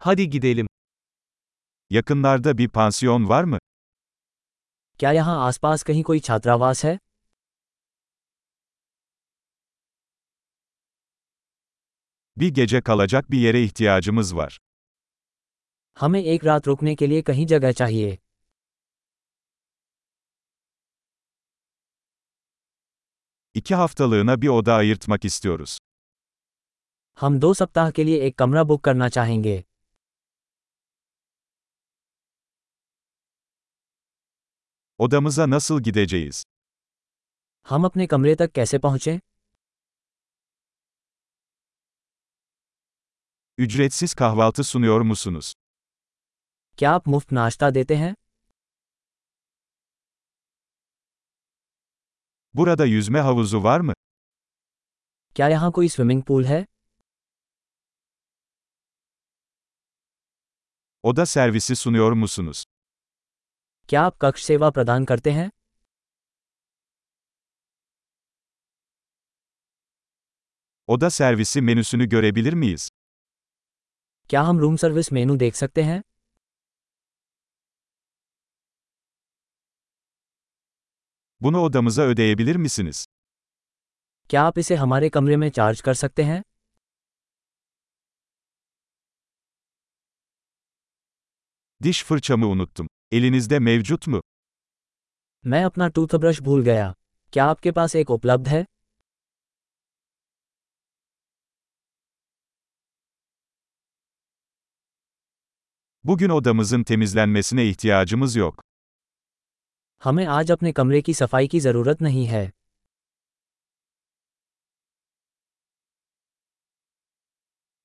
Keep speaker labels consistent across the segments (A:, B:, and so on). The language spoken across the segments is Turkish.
A: Hadi gidelim. Yakınlarda bir pansiyon var mı?
B: क्या यहाँ आसपास कहीं कोई छात्रावास है
A: Bir gece kalacak bir yere ihtiyacımız var.
B: हमें एक रात रुकने के लिए कहीं जगह चाहिए
A: İki haftalığına bir oda ayırtmak istiyoruz.
B: हम दो सप्ताह के लिए एक कमरा बुक करना चाहेंगे
A: Odamıza nasıl gideceğiz?
B: हम अपने कमरे तक कैसे पहुँचें
A: Ücretsiz kahvaltı sunuyor musunuz?
B: क्या आप मुफ्त नाश्ता देते हैं
A: Burada yüzme havuzu var mı?
B: क्या यहाँ कोई स्विमिंग पूल है
A: Oda servisi sunuyor musunuz?
B: क्या आप कक्ष सेवा प्रदान करते हैं
A: Oda servisi menüsünü görebilir miyiz?
B: क्या हम रूम सर्विस मेनू देख सकते हैं
A: Bunu odamıza ödeyebilir misiniz?
B: क्या आप इसे हमारे कमरे में चार्ज कर सकते हैं
A: Diş fırçamı unuttum. Elinizde mevcut mu?
B: मैं अपना टूथब्रश भूल गया क्या आपके पास एक उपलब्ध है
A: Bugün odamızın temizlenmesine ihtiyacımız yok.
B: हमें आज अपने कमरे की सफाई की ज़रूरत नहीं है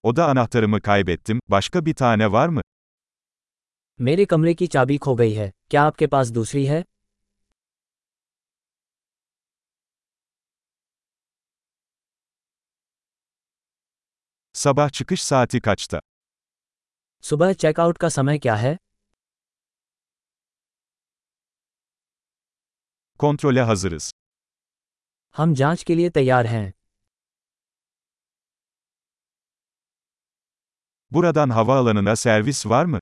A: Oda anahtarımı kaybettim. Başka bir tane var mı?
B: मेरे कमरे की चाबी खो गई है क्या आपके पास दूसरी है
A: Sabah çıkış saati kaçta?
B: सुबह चेकआउट का समय क्या है
A: Kontrole hazırız.
B: हम जांच के लिए तैयार हैं
A: Buradan havaalanına servis var mı?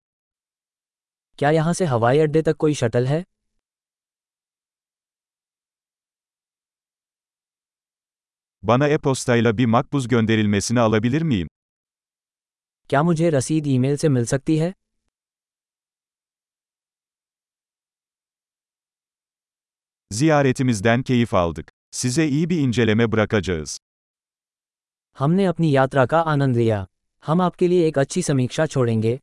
B: क्या यहाँ से हवाई अड्डे तक कोई शटल है
A: Bana e-postayla bir makbuz gönderilmesini alabilir miyim?
B: क्या मुझे रसीद ईमेल से मिल सकती है
A: Ziyaretimizden keyif aldık. Size iyi bir inceleme bırakacağız.
B: हमने अपनी यात्रा का आनंद लिया हम आपके लिए एक अच्छी समीक्षा छोड़ेंगे